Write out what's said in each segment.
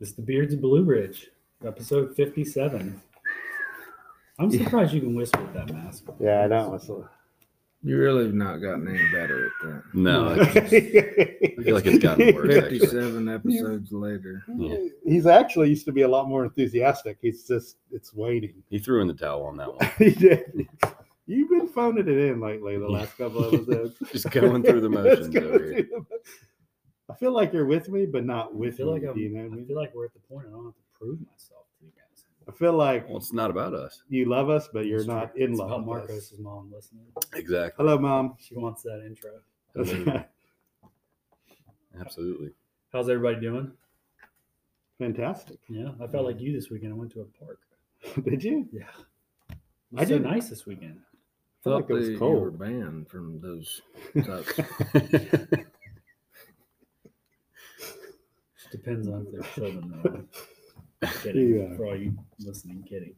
It's the Beards of Blue Ridge, episode 57. I'm Yeah. surprised you can whisper with that mask. on. Yeah, I don't whistle. You really have not gotten any better at No, I I feel feel like it's gotten that. worse. actually. Fifty-seven episodes later. Yeah. He's actually used to be a lot more enthusiastic. He's just it's waiting. He threw in the towel on that one. He did. You've been phoning it in lately the last couple of episodes. Just going through the Let's motions go over here. through the- I feel like you're with me, but not I with feel like me, I'm, do you know what I I mean? feel like we're at the point I don't have to prove myself to you guys. I feel like Well, it's not about us. you love us, but you're It's not true. in It's love. About with us. Marcos' mom listening. Exactly. Hello, mom. She wants that intro. I mean, Absolutely. How's everybody doing? Fantastic. Yeah, I felt like you this weekend. I went to a park. Did you? Yeah, I I so did. nice this weekend. felt Thought like it was they- You were cold. banned from those types. Depends on if they're children or not. Kidding, Yeah. for all you listening, kidding.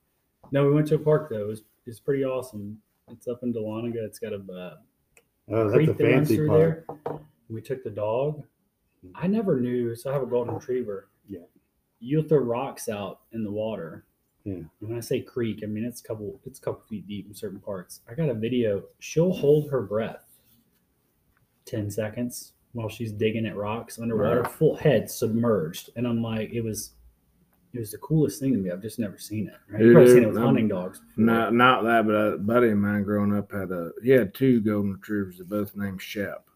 No, we went to a park though. It was, it's pretty awesome. It's up in Dahlonega. It's got a uh, Oh, that's creek a that runs fancy through part. there. We took the dog. I never knew. So I have a golden retriever. Yeah. You'll throw rocks out in the water. Yeah. And when I say creek, I mean it's a couple it's a couple feet deep in certain parts. I got a video. She'll hold her breath ten seconds while she's digging at rocks underwater, Wow. full head submerged. And I'm like, it was it was the coolest thing to me. I've just never seen it. Right? I've Dude, probably seen it with I'm- hunting dogs. before. Not not that, but a buddy of mine growing up had a he had two golden retrievers that both named Shep,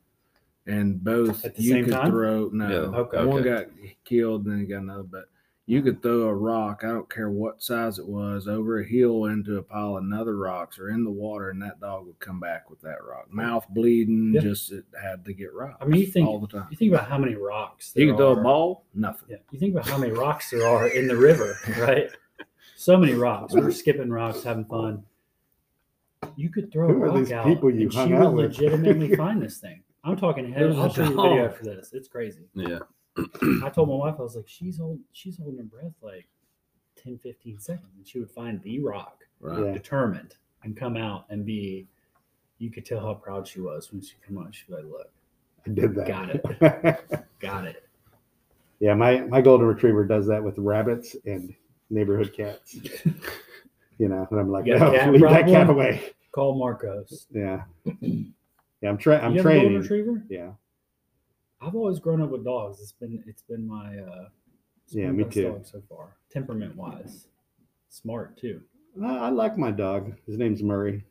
and both At the you same could time? throw. No, Yeah, okay. one okay. got killed and then he got another, but you could throw a rock. I don't care what size it was over a hill into a pile of other rocks or in the water, and that dog would come back with that rock, mouth bleeding, Yeah. just it had to get rocked. I mean, you think- all the time. You think about how many rocks You there could throw are. a ball, nothing. Yeah, you think about how many rocks there are in the river, right? So many rocks. We're skipping rocks, having fun. You could throw a Who are rock these out, people you and she hung would out with? legitimately find this thing. I'm talking head. There's a I'll show you a video dog. after this. It's crazy. Yeah. I told my wife, I was like, she's holding, she's holding her breath like 10, 15 seconds, and she would find the rock, Right. Yeah. determined, and come out and be. You could tell how proud she was when she came out. She was like, "Look, I did that. Got it. got it." Yeah, my my golden retriever does that with rabbits and neighborhood cats. you know, and I'm like, You got a no, cat leave that problem?" cat away. Call Marcos. Yeah, yeah, I'm trying. I'm you have a golden training. retriever. Yeah, I've always grown up with dogs. It's been it's been my uh it's Yeah, been me best too. Dog so far, temperament wise, smart too. No, I like my dog. His name's Murray.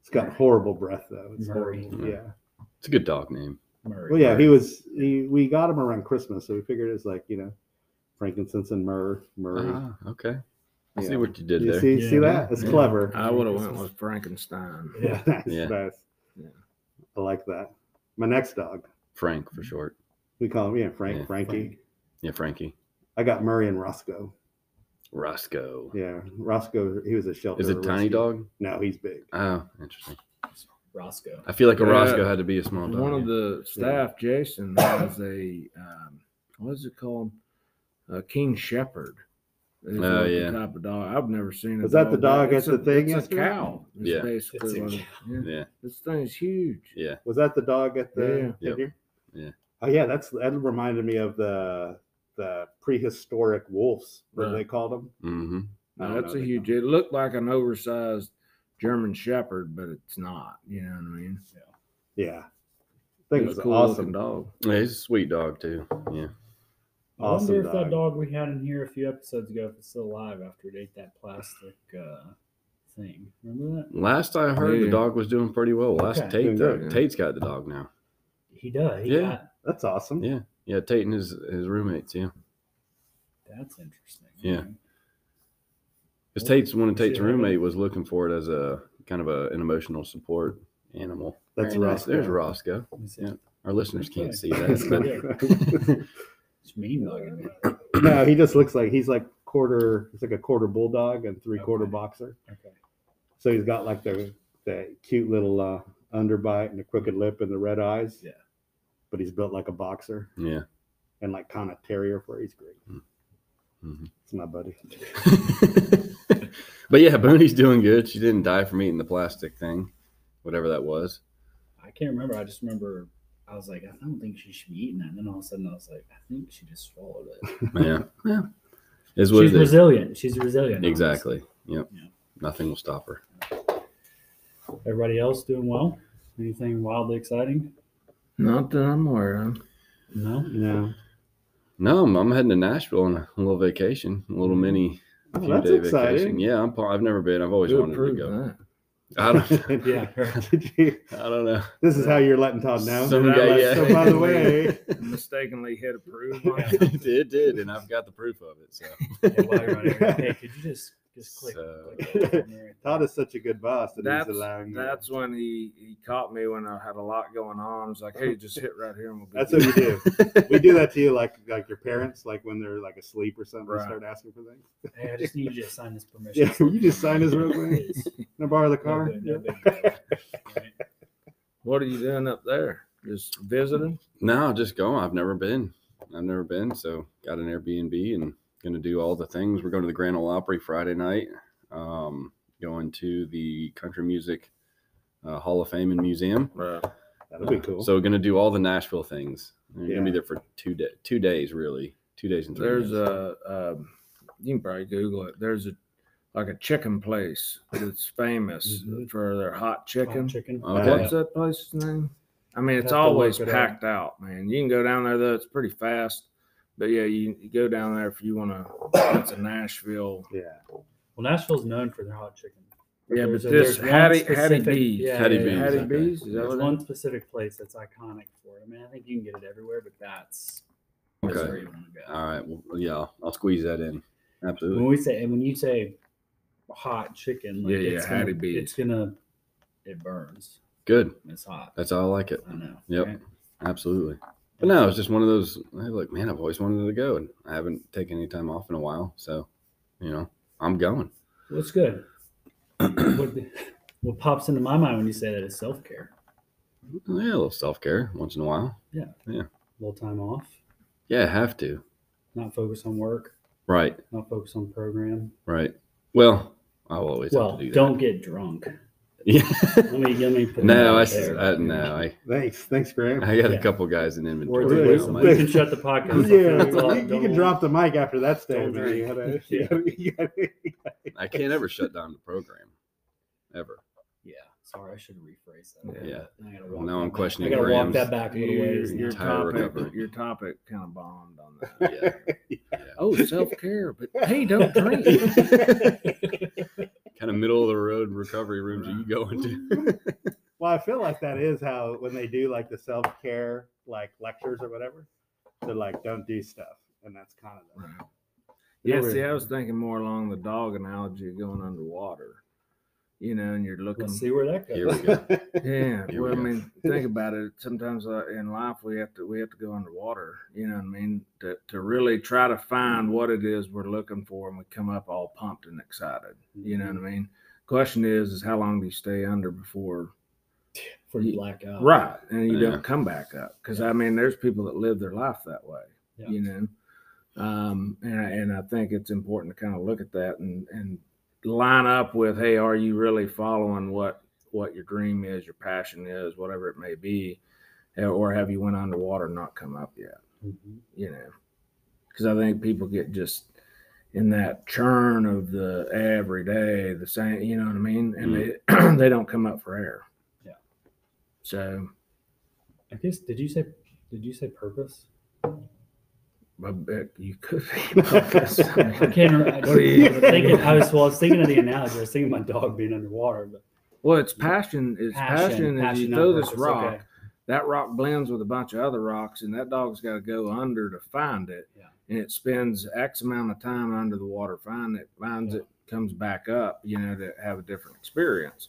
It's got horrible breath though. It's Murray. horrible. Yeah. It's a good dog name. Murray. Well, yeah, he was. He, we got him around Christmas, so we figured it's like you know, frankincense and myrrh, Murray. Ah, okay. I see Yeah. what you did you there. see, see Yeah. that? It's Yeah. clever. I would have went with Frankenstein. Yeah. That's Yeah. nice. Yeah. I like that. My next dog, Frank for short. we call him yeah Frank, Yeah. Frankie. Yeah, Frankie. I got Murray and Roscoe. Roscoe. Yeah, Roscoe. He was a shelter. Is it tiny rescue. dog? No, he's big. Oh, interesting. Roscoe. I feel like a Yeah. Roscoe had to be a small dog. One of the staff, Jason, has a um, what is it called? A King Shepherd. It's Oh, like the yeah. type of dog. I've never seen. a Was that the like- dog at it's a- the thing It's a yesterday? cow. It's Yeah. basically. It's a what it- yeah. yeah. This thing is huge. Yeah. Was that the dog at the Yeah. Yep. figure? Yeah. Oh yeah, that's that reminded me of the the prehistoric wolves. What Right. they called them. Mm-hmm. I No, don't that's know a the huge. It looked like an oversized German Shepherd, but it's not. You know what I mean? Yeah. I think it was a cool awesome. looking dog. Yeah, he's a sweet dog too. Yeah. I wonder Awesome if that dog. dog we had in here a few episodes ago, if it's still alive after it ate that plastic uh thing. Remember that? Last I heard, Yeah. the dog was doing pretty well. Last Okay. Tate Doing though, good, yeah. Tate's got the dog now. He does. He Yeah. got- That's awesome. Yeah, yeah. Tate and his his roommates. Yeah, that's interesting. Yeah. Okay. because Tate's one of See Tate's how it roommate was looking for it as a kind of a, an emotional support animal. That's Very nice. Roscoe. There's Roscoe. Let me see. Yeah. Our listeners can't see Okay. that. It's mean mugging me. no, he just looks like he's like quarter. He's like a quarter bulldog and three quarter Okay. boxer. Okay. So he's got like the the cute little uh, underbite and the crooked lip and the red eyes. Yeah. But he's built like a boxer But, yeah. and like kind of terrier for he's great. Mhm. It's my buddy. Mm-hmm. but yeah, Booney's doing good. She didn't die from eating the plastic thing, whatever that was. I can't remember. I just remember I was like, I don't think she should be eating that. And then all of a sudden, I was like, I think she just swallowed it. Yeah. Yeah. Is what She's it is. resilient. She's resilient. Exactly. Yep. Yeah. Nothing will stop her. honestly. Everybody else doing well? Anything wildly exciting? Not that I'm aware of. No. No, No, I'm, I'm heading to Nashville on a little vacation, a little mini Oh, few that's day vacation. exciting. Yeah, I'm, I've never been. I've always Who wanted to approved go. that? I don't. Yeah. Did you- I don't know. this is how you're letting Todd know. Some You're guy, like, yeah. So by the way, Mistakenly hit approve. on it. it did, did, and I've got the proof of it. So Yeah, while you're on air. Hey, could you just just click? So- click that on there? Todd is such a good boss that That's he's allowing you. that's when he he caught me when I had a lot going on. I was like, hey, just hit right here and we'll be. That's good." what we do. We do that to you, like like your parents, like when they're like asleep or something, Right. you start asking for things. Hey, I just need you to sign this permission. Yeah, will you just sign this real quick? Please. Can I borrow the No car? big- Yeah. no big deal. Right. What are you doing up there? Just visiting? no, just go. I've never been. I've never been. So got an Airbnb and going to do all the things. We're going to the Grand Ole Opry Friday night. Um, going to the Country Music uh, Hall of Fame and Museum. Right. That'll be cool. So we're gonna do all the Nashville things. We're gonna be Yeah. there for two day, two days really, two days and three. There's days. a um, you can probably Google it. There's a like a chicken place that's famous Mhm. for their Mm-hmm. Hot hot chicken. Chicken. Uh, Okay. What's that place's name? I mean, it's Have to always look it up. packed out, man. You can go down there though; it's pretty fast. But yeah, you, you go down there if you want to. It's a Nashville. yeah. Well, Nashville's known for their hot chicken. Yeah, There's a- but this there's one Hattie Hattie specific- B's. yeah, Hattie yeah, B's, Hattie okay. B's. Is that There's what it one is? specific place that's iconic for it. I mean, I think you can get it everywhere, but that's, that's Okay. where you want to go. All right. Well, yeah, I'll squeeze that in. When Absolutely. we say, and when you say hot chicken, like Yeah, yeah, it's gonna, Hattie B's. it's gonna, it burns. Good. and It's hot. That's how I like it. I know. Uh, Yep. Absolutely. But no, it's just one of those. I like, man, I've always wanted to go, and I haven't taken any time off in a while. So, you know, I'm going. What's good? what, what pops into my mind when you say that is self care. Yeah, a little self care once in a while. A little time off, Yeah, I have to. not focus on work, Right. not focus on program. Right. Well, I'll always well, have to do that. don't get drunk. Yeah. Let me let me put that no, I, out s- there. I- no, I, Thanks, thanks, Graham. I got Yeah. a couple guys in inventory. We're doing now, some- I'm Wait, like, we can shut the podcast. off. yeah, That's all. you, Don't you can worry. drop the mic after that Don't stand. man. worry. You gotta- Yeah. you gotta- you gotta- I can't ever shut down the program, ever. Yeah, sorry, I should rephrase that. Yeah. I gotta Well, walk now that I'm back. questioning I gotta walk Graham's- that back a little ways. Your, now. your Entire topic, recovery. your topic kind of bombed on that. Yeah. Oh, self care, but hey, don't drink. kind of middle of the road recovery rooms that you go into. Well, I feel like that is how when they do like the self care like lectures or whatever, they're like, don't do stuff, and that's kind of the, yeah, Really? see, I was thinking more along the dog analogy of going underwater. You know, and you're looking. Let's see where that Here goes. we go. Yeah, Here we well, I go. mean, think about it. Sometimes uh, in life we have to we have to go underwater. You know what I mean? To to really try to find what it is we're looking for, and we come up all pumped and excited. You know what I mean? Question is, is how long do you stay under before For you black out. right, and you Yeah. don't come back up? Because I mean, there's people that live their life that way. Yeah. You know, um, and I, and I think it's important to kind of look at that and and line up with, hey, are you really following what what your dream is, your passion is, whatever it may be, eh, or have you went underwater and not come up yet? Mhm. You know, because I think people get just in that churn of the every day, the same, you know what I mean, and they they don't come up for air. Mm-hmm. Yeah. So, I guess did you say did you say purpose? I bet you could. Be focused. I mean, I can't remember. I, What are you- I was thinking, I was well, I was thinking of the analogy. I was thinking of my dog being underwater, but Well, it's passion. It's passion. passion, is passion you not throw this purpose, rock, okay. that rock blends with a bunch of other rocks, and that dog's got to go under to find it. Yeah. And it spends X amount of time under the water, find it, finds Yeah. it, comes back up, you know, to have a different experience.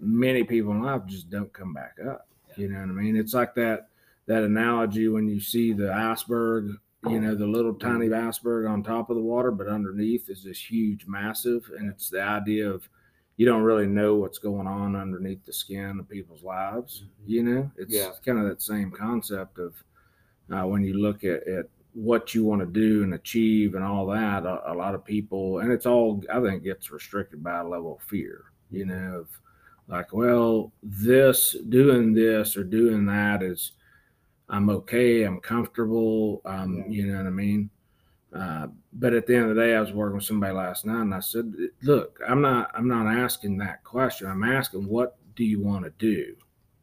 Many people in life just don't come back up. You know what I mean? It's like that that analogy when you see the iceberg, you know, the little tiny iceberg on top of the water, but underneath is this huge massive. And it's the idea of you don't really know what's going on underneath the skin of people's lives. Mm-hmm. You know, it's Yeah. kind of that same concept of uh, when you look at, at what you want to do and achieve and all that. A, a lot of people, and it's all, I think, gets restricted by a level of fear, you know, of like, well, this, doing this or doing that is I'm okay. I'm comfortable. Um, Yeah. you know what I mean. Uh, but at the end of the day, I was working with somebody last night, and I said, "Look, I'm not. I'm not asking that question. I'm asking what do you want to do."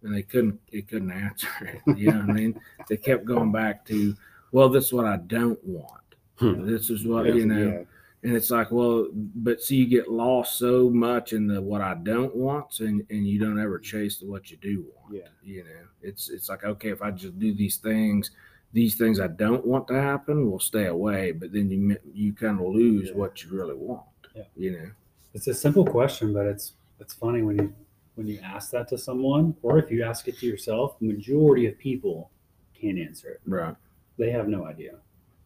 And they couldn't. They couldn't answer it. You know what I mean? They kept going back to, "Well, this is what I don't want. Hmm. This is what Yeah. you know." Yeah. And it's like, well, but see, you get lost so much in the what I don't want, and and you don't ever chase the what you do want. Yeah. You know, it's it's like okay, if I just do these things, these things I don't want to happen will stay away. But then you mi- you kind of lose Yeah. what you really want. Yeah. You know. It's a simple question, but it's it's funny when you when you ask that to someone, or if you ask it to yourself. The majority of people can't answer it. Right. They have no idea.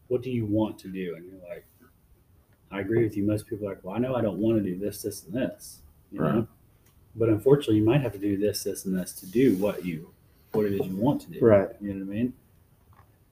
What do you want to do? And you're like, I agree with you. Most people are like, well, I know I don't want to do this, this, and this. You Right. know? But unfortunately, you might have to do this, this, and this to do what you what it is you want to do. Right. You know what I mean?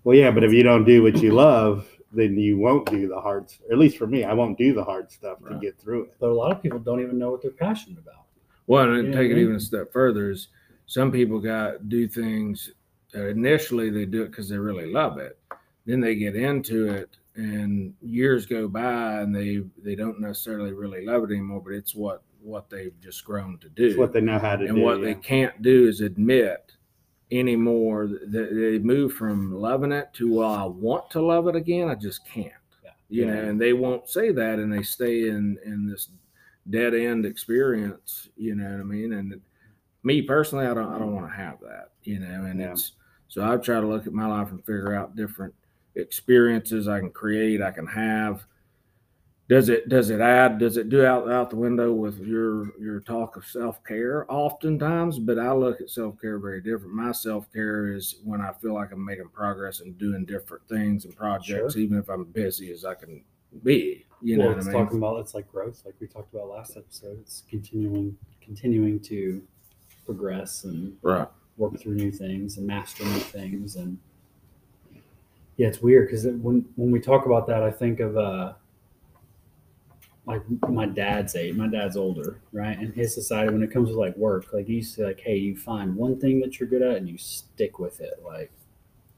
Well, yeah, but if you don't do what you love, then you won't do the hard. s- At least for me, I won't do the hard stuff to Right. get through it. But a lot of people don't even know what they're passionate about. Well, and Yeah, take it Mm-hmm. yeah. even a step further is some people got do things uh, initially they do it because they really love it. Then they get into it, and years go by, and they they don't necessarily really love it anymore. But it's what what they've just grown to do It's what they know how to and do. what yeah. they can't do is admit anymore that they move from loving it to well i want to love it again i just can't Yeah. you know Yeah. and they won't say that and they stay in in this dead end experience you know what i mean and me personally i don't i don't want to have that you know and Yeah. it's so i try to look at my life and figure out different experiences i can create i can have does it does it add does it do out out the window with your your talk of self-care oftentimes but i look at self-care very different my self-care is when i feel like i'm making progress and doing different things and projects even if i'm busy as i can be you well, know it's what i mean talking about it's like growth, like we talked about last episode. It's continuing, continuing to progress and right work through new things and master new things. And yeah, it's weird because when when we talk about that, I think of uh, like my dad's age. My dad's older, right? And his society, when it comes to like work, like he used to like, hey, you find one thing that you're good at and you stick with it, like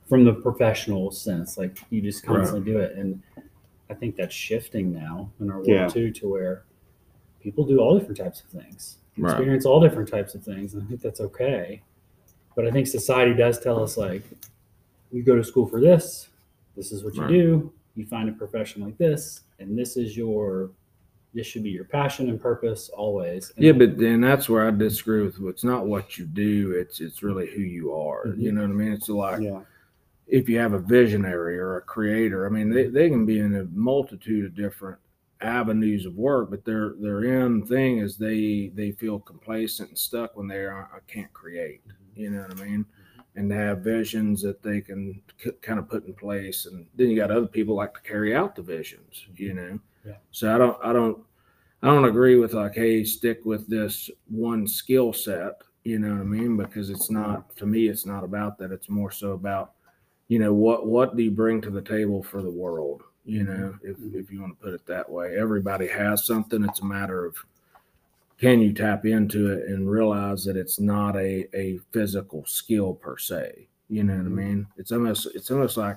from the professional sense, like you just Right. constantly do it. And I think that's shifting now in our world Yeah. too, to where people do all different types of things right experience all different types of things and i think that's okay but i think society does tell us like you go to school for this this is what you Right. do you find a profession like this and this is your this should be your passion and purpose always And Yeah, but then that's where I disagree with. It's not what you do; it's it's really who you are. Mm-hmm. You know what I mean? It's like Yeah. if you have a visionary or a creator. I mean, they, they can be in a multitude of different avenues of work, but their their end thing is they they feel complacent and stuck when they are, I can't create. You know what I mean? And to have visions that they can c- kind of put in place, and then you got other people like to carry out the visions. You know. Yeah. So I don't I don't I don't agree with like, hey, stick with this one skill set. You know what I mean? Because it's not to me, it's not about that. It's more so about, you know, what what do you bring to the table for the world? You know, if if you want to put it that way, everybody has something. It's a matter of can you tap into it and realize that it's not a a physical skill per se. You know Mm-hmm. what I mean? It's almost it's almost like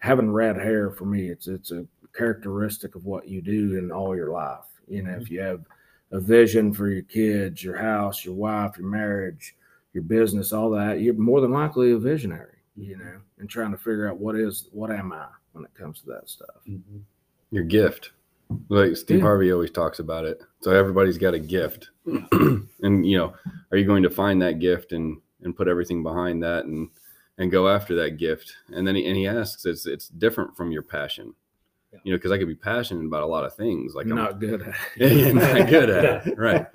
having red hair for me. It's it's a characteristic of what you do in all your life. You know, Mm-hmm. if you have a vision for your kids, your house, your wife, your marriage, your business, all that, you're more than likely a visionary, you know, and trying to figure out what is what am I when it comes to that stuff. Mhm. Your gift. Like Steve Yeah. Harvey always talks about it. So everybody's got a gift. and you know, are you going to find that gift and and put everything behind that and and go after that gift? And then he and he asks it's it's different from your passion. Yeah. You know, because I could be passionate about a lot of things. Like Like I'm- not good at Yeah, you're not good at it. Right.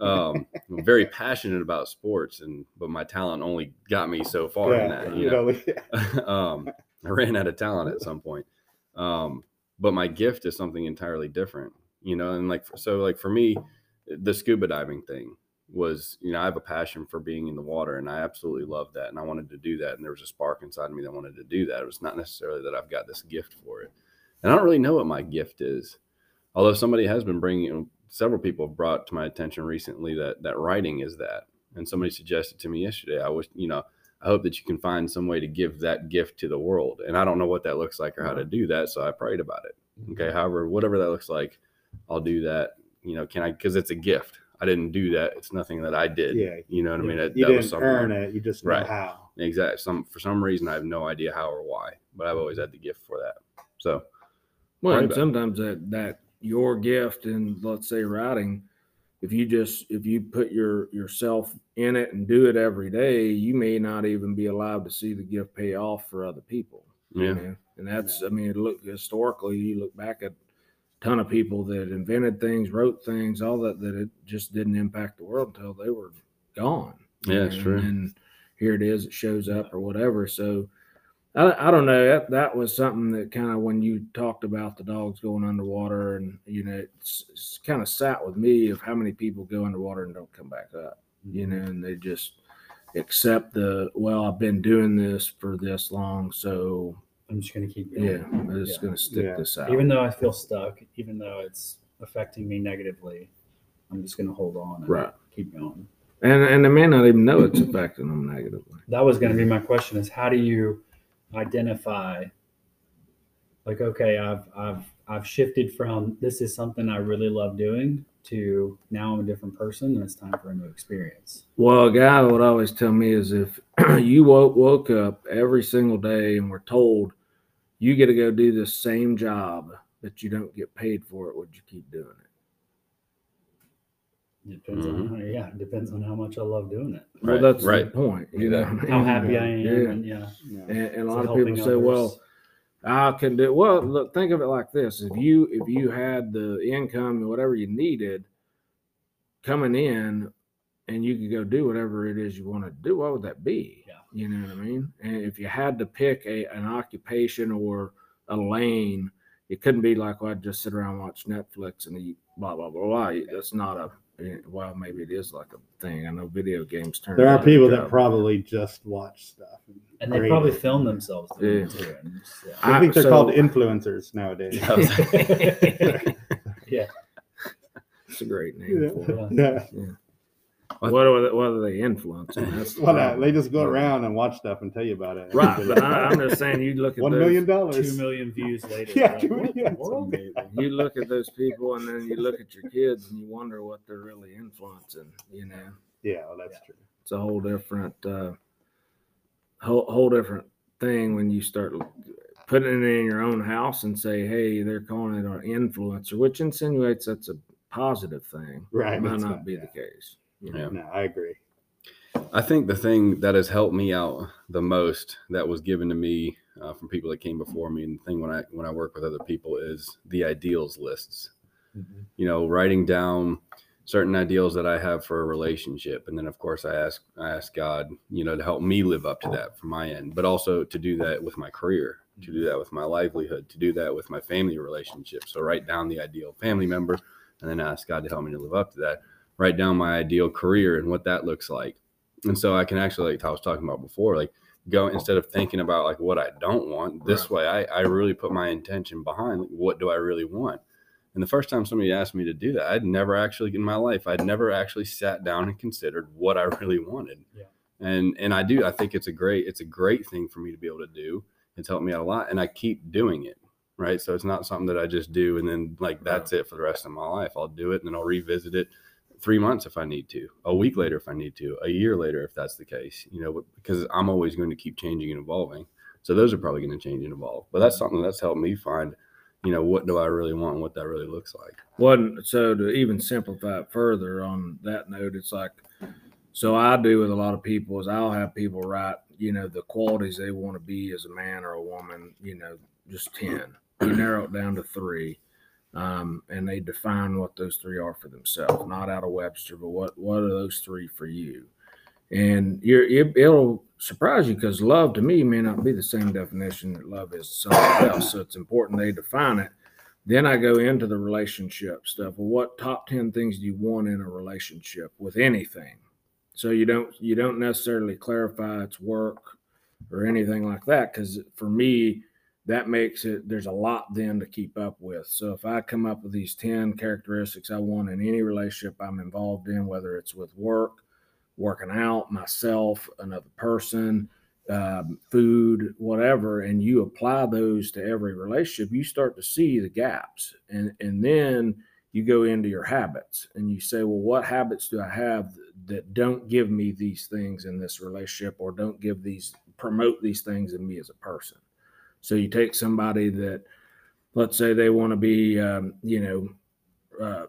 Um, I'm very passionate about sports and but my talent only got me so far in that. You you know? know, yeah. um, I ran out of talent at some point. Um, but my gift is something entirely different, you know. And like, so like for me, the scuba diving thing was, you know, I have a passion for being in the water, and I absolutely love that, and I wanted to do that, and there was a spark inside of me that wanted to do that. It was not necessarily that I've got this gift for it, and I don't really know what my gift is, although somebody has been bringing. Several people have brought to my attention recently that that writing is that, and somebody suggested to me yesterday. I was, you know, I hope that you can find some way to give that gift to the world. And I don't know what that looks like or how to Uh-huh. do that. So I prayed about it. Okay. However, whatever that looks like, I'll do that. You know, can I? Because it's a gift. I didn't do that. It's nothing that I did. Yeah. You know what I mean? That, you that didn't earn it. You just know Right. how. Exactly. Some for some reason I have no idea how or why, but I've always had the gift for that. So Well, Right and back. sometimes that that your gift in let's say writing, if you just if you put your yourself in it and do it every day, you may not even be allowed to see the gift pay off for other people. you yeah, know? and that's I mean, look historically, you look back at ton of people that invented things, wrote things, all that that it just didn't impact the world until they were gone. you Yeah, it's know, true. And then here it is, it shows up or whatever. So I, I don't know. That, that was something that kind of when you talked about the dogs going underwater, and you know, it's, it's kind of sat with me of how many people go underwater and don't come back up. You Mm-hmm. know, and they just accept the well, I've been doing this for this long, so I'm just gonna keep going. yeah, I'm just Yeah. gonna stick Yeah. this out. Even though I feel stuck, even though it's affecting me negatively, I'm just gonna hold on and Right. keep going. and and they may not even know it's affecting them negatively. that was going to be my question is how do you identify like okay i've i've i've shifted from this is something i really love doing to now i'm a different person and it's time for a new experience Well, a guy would always tell me is if you woke woke up every single day and were told you get to go do this same job but you don't get paid for it, would you keep doing it? It depends Mm-hmm. on how, yeah it depends on how much i love doing it Well, Right, that's the right. point. You know, what I how mean? happy i am Yeah. and yeah Yeah. And, and a so lot of helping people say, well, others. I can do well. Look, think of it like this: if you if you had the income and whatever you needed coming in, and you could go do whatever it is you want to do, what would that be? Yeah. You know what I mean? And if you had to pick a an occupation or a lane, it couldn't be like, well, I just sit around and watch Netflix and eat blah blah blah blah. That's not a eh, well, maybe it is like a thing. I know video games turn. There are into a people job. that probably just watch stuff. and they grade probably it. film themselves doing it Yeah. too, and just, yeah. I I- think they're so- called influencers nowadays. I was- It's a great name Yeah. for it. Yeah. Yeah. What- What are they, what are they influencing? That's the Well, no, problem. uh, they just go around and watch stuff and tell you about it. Right, but I, I'm just saying, you look at One those, million two dollars. million views later Yeah, like, two what in the million. world? you look at those people, and then you look at your kids, and you wonder what they're really influencing. You know, Yeah, well, that's true. it's a whole different, uh, whole whole different thing when you start putting it in your own house and say, "Hey, they're calling it an influencer," which insinuates that's a positive thing. Right. It might that's not be yeah. the case. you Yeah. know. No, I agree. I think the thing that has helped me out the most that was given to me uh, from people that came before me, and the thing when I when I work with other people is the ideals lists. Mhm. You know, writing down certain ideals that I have for a relationship, and then of course I ask I ask God, you know, to help me live up to that from my end, but also to do that with my career, to do that with my livelihood, to do that with my family relationship. So write down the ideal family member, and then ask God to help me to live up to that. Write down my ideal career and what that looks like and so I can actually like I was talking about before, like go instead of thinking about like what I don't want. This way, I I really put my intention behind like, what do I really want. And the first time somebody asked me to do that, I'd never actually in my life, I'd never actually sat down and considered what I really wanted. Yeah. And and I do, I think it's a great it's a great thing for me to be able to do. It's helped me out a lot, and I keep doing it. Right, so it's not something that I just do and then like that's it for the rest of my life. I'll do it and then I'll revisit it three months if I need to, a week later if I need to, a year later if that's the case, you know, but- because I'm always going to keep changing and evolving. So those are probably going to change and evolve. But that's something that's helped me find, you know, what do I really want and what that really looks like. One, so to even simplify it further on that note, it's like, so I do with a lot of people is I'll have people write, you know, the qualities they want to be as a man or a woman, you know, just 10. We narrow it down to three. Um, and they define what those three are for themselves, not out of Webster, but what, what are those three for you? And you're, it, it'll surprise you because love to me may not be the same definition that love is to someone else. So it's important they define it then I go into the relationship stuff. Well, what top 10 things do you want in a relationship with anything? So you don't you don't necessarily clarify it's work or anything like that cuz for me that makes it there's a lot then to keep up with. So if I come up with these 10 characteristics I want in any relationship I'm involved in whether it's with work, working out, myself, another person, um, food, whatever, and you apply those to every relationship, you start to see the gaps. And, and then you go into your habits and you say, well, what habits do I have that don't give me these things in this relationship or don't give these, promote these things in me as a person? So you take somebody that, let's say they want to be, um, you know, uh,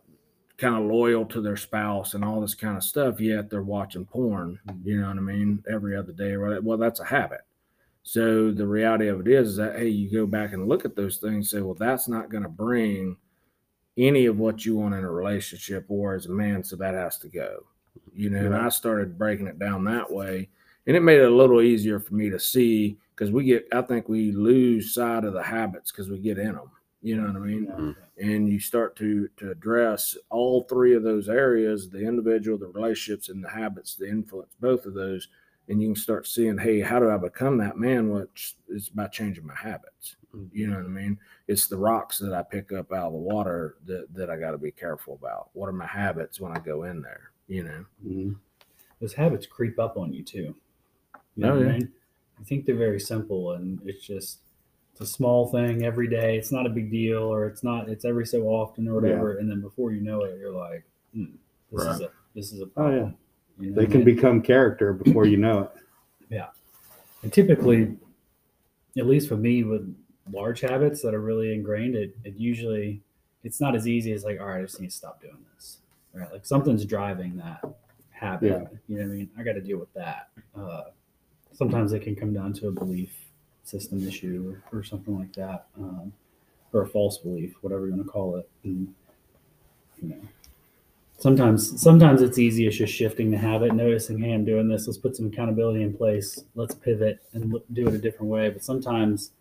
kind of loyal to their spouse and all this kind of stuff, yet they're watching porn, you know what I mean, every other day, right? Well, that's a habit. So the reality of it is, is that, hey, you go back and look at those things, say, well, that's not going to bring any of what you want in a relationship or as a man, so that has to go. You know, and I started breaking it down that way. And it made it a little easier for me to see because we get, I think we lose sight of the habits because we get in them. You know what I mean? Mhm. and you start to to address all three of those areas the individual the relationships and the habits that influence both of those and you can start seeing hey how do i become that man which is by changing my habits you know what i mean it's the rocks that i pick up out of the water that, that i got to be careful about what are my habits when i go in there you know Mm-hmm. Those habits creep up on you too. You Oh, know what yeah. I mean? I think they're very simple and it's just it's a small thing every day. It's not a big deal or it's not it's every so often or whatever. And then before you know it, you're like, hmm, this is a this is a problem. You know They what I can Mm-hmm. mean? become character before you know it. And typically, at least for me, with large habits that are really ingrained, it, it usually it's not as easy as like, all right, I just need to stop doing this. All right, like something's driving that habit. Yeah. You know what I mean? I got to deal with that. Uh, sometimes it can come down to a belief system issue or, or something like that, um, or a false belief, whatever you want to call it. And, you know, sometimes sometimes it's easiest just shifting the habit noticing hey i'm doing this let's put some accountability in place let's pivot and look, do it a different way but sometimes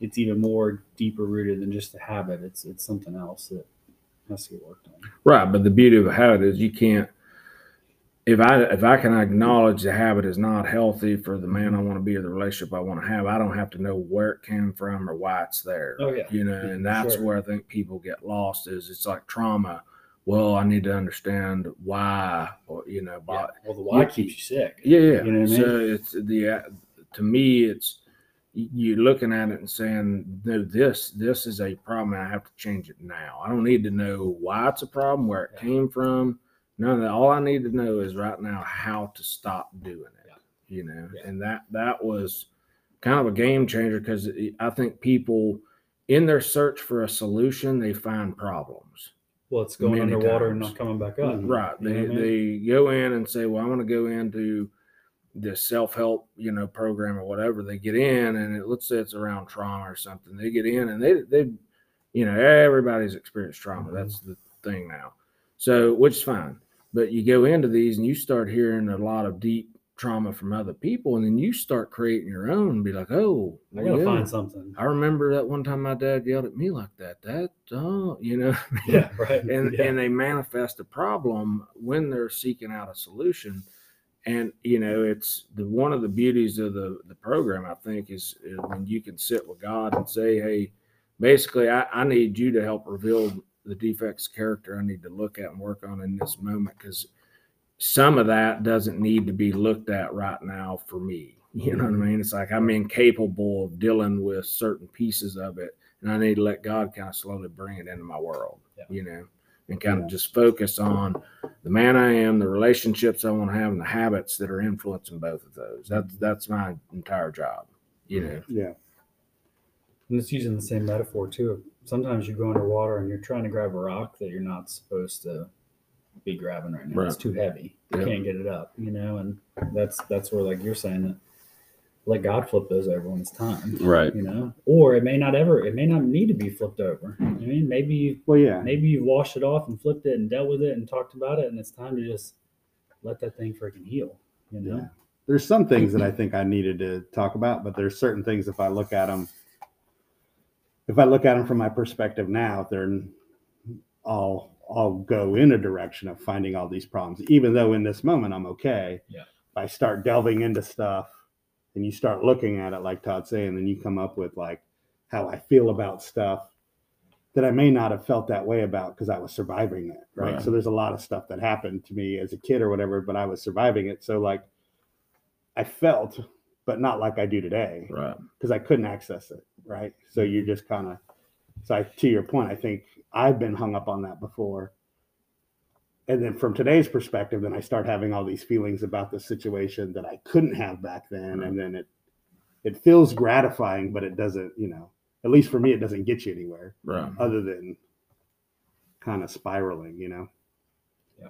it's even more deeper rooted than just a habit it's it's something else that has to get worked on Right, but the beauty of a habit is you can't. If I if I can acknowledge the habit is not healthy for the man I want to be or the relationship I want to have, I don't have to know where it came from or why it's there. oh yeah You know, and that's Sure. where I think people get lost. Is it's like trauma. Well, I need to understand why, or you know, yeah. but well the why you- keeps you sick yeah, yeah. You know what I mean? So it's the uh, to me, it's you're looking at it and saying, "No, this this is a problem. and I have to change it now. I don't need to know why it's a problem, where it Yeah. came from. None of that. All I need to know is right now how to stop doing it. Yeah. You know, Yeah. and that that was kind of a game changer because I think people in their search for a solution they find problems. well it's going Many underwater and times. not coming back up Right. Mm-hmm. You know They what I mean? they go in and say, "Well, I want to go into this self help, you know, program or whatever." They get in, and it, let's say it's around trauma or something. They get in, and they they, you know, everybody's experienced trauma. Mhm. That's the thing now. So, which is fine. But you go into these, and you start hearing a lot of deep trauma from other people, and then you start creating your own. And be like, "Oh, i gotta yeah, find something I remember that one time my dad yelled at me like that. That oh, you know." yeah right and yeah. and they manifest a problem when they're seeking out a solution and you know it's the one of the beauties of the the program i think is, is when you can sit with god and say hey basically i, I need you to help reveal the defects of character i need to look at and work on in this moment because some of that doesn't need to be looked at right now for me you know what i mean it's like i'm incapable of dealing with certain pieces of it and i need to let god kind of slowly bring it into my world Yeah. you know and kind of just focus on the man I am, the relationships I want to have, and the habits that are influencing both of those. That's that's my entire job. You know, Yeah. And it's using the same metaphor too. Sometimes you go underwater and you're trying to grab a rock that you're not supposed to be grabbing right now. It's Right. too heavy. You Yeah. can't get it up, you know, and that's that's where like you're saying that let God flip those over when it's time. Right. You know? Or it may not ever it may not need to be flipped over. You know what I mean, maybe you Well, yeah. maybe you've washed it off and flipped it and dealt with it and talked about it and it's time to just let that thing freaking heal. You know? Yeah. There's some things that I think I needed to talk about, but there's certain things if I look at them, if I look at them from my perspective now, they're all I'll go in a direction of finding all these problems, even though in this moment I'm okay. Yeah. If I start delving into stuff and you start looking at it, like Todd's saying, then you come up with like how I feel about stuff that I may not have felt that way about because I was surviving it. Right? Right. So there's a lot of stuff that happened to me as a kid or whatever, but I was surviving it. So like I felt, but not like I do today Right. because I couldn't access it, right? So Mm-hmm. you're just kind of, so I, to your point, I think I've been hung up on that before. And then from today's perspective, then I start having all these feelings about the situation that I couldn't have back then, and then it, it feels gratifying, but it doesn't, you know, at least for me, it doesn't get you anywhere Right. Mm-hmm. other than kind of spiraling, you know. Yeah.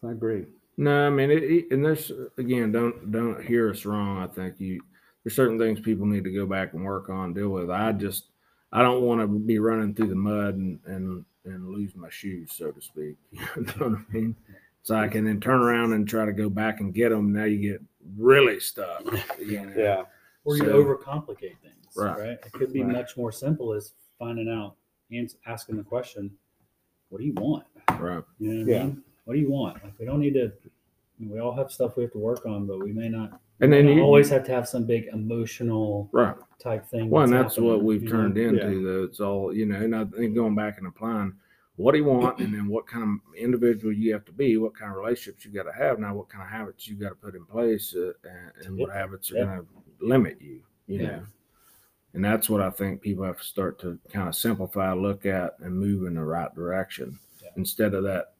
So I agree. No, I mean, it, it- and there's again, don't don't hear us wrong. I think you there's certain things people need to go back and work on, deal with. I just I don't want to be running through the mud and and and lose my shoes, so to speak. You know what I mean? So I can then turn around and try to go back and get them. Now you get really stuck. you know? Yeah. or you So- overcomplicate things, Right. right. It could be Right. much more simple as finding out and asking the question, "What do you want?" Right. You know what Yeah. I mean? What do you want? Like we don't need to. We all have stuff we have to work on, but we may not. And we then don't you always have to have some big emotional right. type thing. Well, and that's what we've turned in. into. Though it's all you know, and I think going back and applying what do you want, and then what kind of individual you have to be, what kind of relationships you got to have, now what kind of habits you got to put in place, uh, and, and what habits are Yeah. going to limit you. You Yeah. know, and that's what I think people have to start to kind of simplify, look at, and move in the right direction Yeah. instead of that.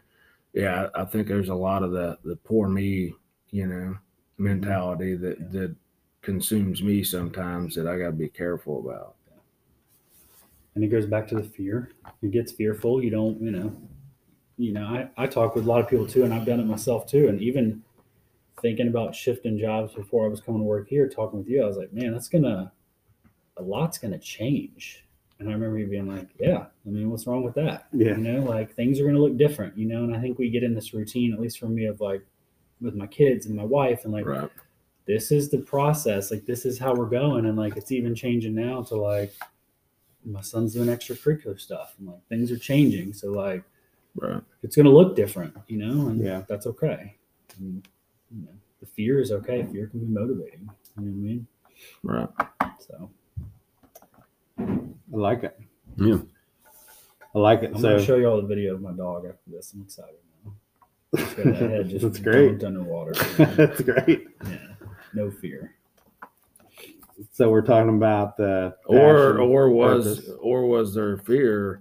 Yeah, I I think there's a lot of the the poor me, you know, mentality that Mm-hmm. Yeah. that consumes me sometimes that I got to be careful about. and it goes back to the fear it gets fearful you don't you know you know I, I talk with a lot of people too and i've done it myself too and even thinking about shifting jobs before i was coming to work here talking with you i was like man that's gonna a lot's gonna change and i remember you being like yeah i mean what's wrong with that Yeah. you know like things are gonna look different you know and i think we get in this routine at least for me of like with my kids and my wife and like Right. this is the process like this is how we're going and like it's even changing now to like my son's doing extracurricular stuff and like things are changing so like Right. it's going to look different you know and Yeah. that's okay and, you know, the fear is okay fear can be motivating you know what i mean Right. so I like it. Yeah. I like it. i'm so going to show you all the video of my dog after this i'm excited now It's got that head just that's great. dumped underwater that's great. yeah no fear So we're talking about the Or passion, or was purpose. or was there fear,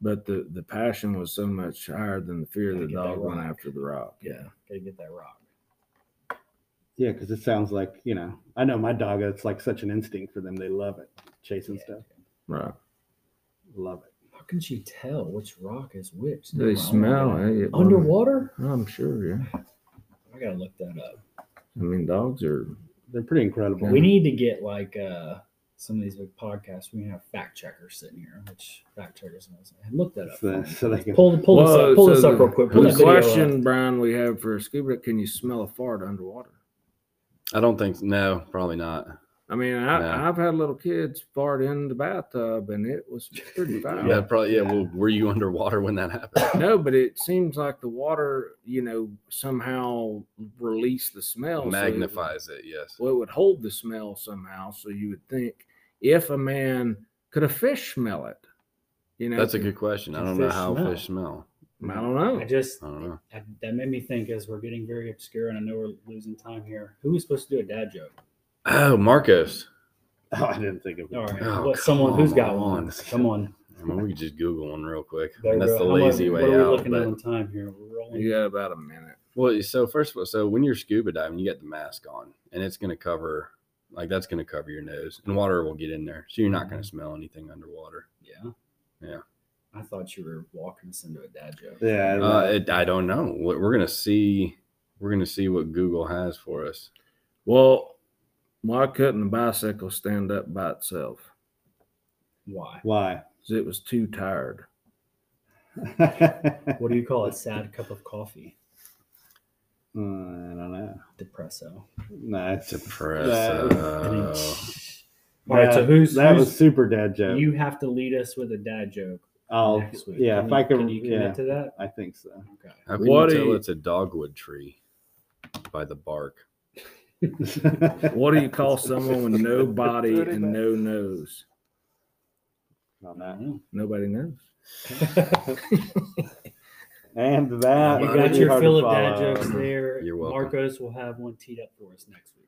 but the the passion was so much higher than the fear. The Gotta get that dog went rock. after the rock. Yeah. gotta get that rock yeah, because it sounds like you know. I know my dog. It's like such an instinct for them. They love it, chasing Yeah. stuff. Right. Love it. how can she tell which rock is which They Never mind. smell it. underwater Oh, I'm sure. Yeah. I gotta look that up. I mean, dogs are. They're pretty incredible. We need to get like uh some of these big podcasts. We have fact checkers sitting here, which fact checkers knows. Look that up. for so, me. so they can. Pull pull this Well, up. Pull so this up the- real quick. Pull The that video up. question, Brian, we have for scuba: Can you smell a fart underwater? I don't think no, probably not. I mean, I, No. I've had little kids fart in the bathtub, and it was pretty foul. Yeah, probably. Yeah, Yeah. Well, were you underwater when that happened? No, but it seems like the water, you know, somehow released the smell. so it would- Magnifies it. Yes. well, it would hold the smell somehow. So you would think if a man could a fish smell it, you know, That's a good question. I do don't know fish how smell? fish smell. I don't know. I just I don't know. I, that made me think as we're getting very obscure, and I know we're losing time here. Who was supposed to do a dad joke? Oh, Marcos. Oh, I didn't think of it. All right, Oh, what, someone come who's got on. one. Come on, I mean, we could just Google one real quick. I There mean, we that's go. the How much- lazy what way are we out. Looking at But on time here, we're rolling. You got about a minute. well, so first of all, so when you're scuba diving, you got the mask on, and it's going to cover, like that's going to cover your nose, and water will get in there, so you're not going to Mm-hmm. smell anything underwater. Yeah. Yeah. I thought you were walking us into a dad joke. Yeah, I Uh, it, I don't know. What we're going to see, we're going to see what Google has for us. Well, why couldn't a bicycle stand up by itself? Why? Why? 'Cause it was too tired. Uh, I What do you call a sad cup of coffee? Uh, don't know. Depresso. Nice. uh, Depresso. All right, so who's- that who's- was super dad joke. You have to lead us with a dad joke I'll- next week. yeah, Can if you- I could, can you commit yeah, to that? I think so. Okay. How can What you do tell you- it's a dogwood tree by the bark? What do you call someone with no body Pretty and bad. no nose? on I that. know. Nobody knows. And that you would got be your hard to fill of dad follow. Uh, jokes there. You're welcome. Marcos will have one teed up for us next week.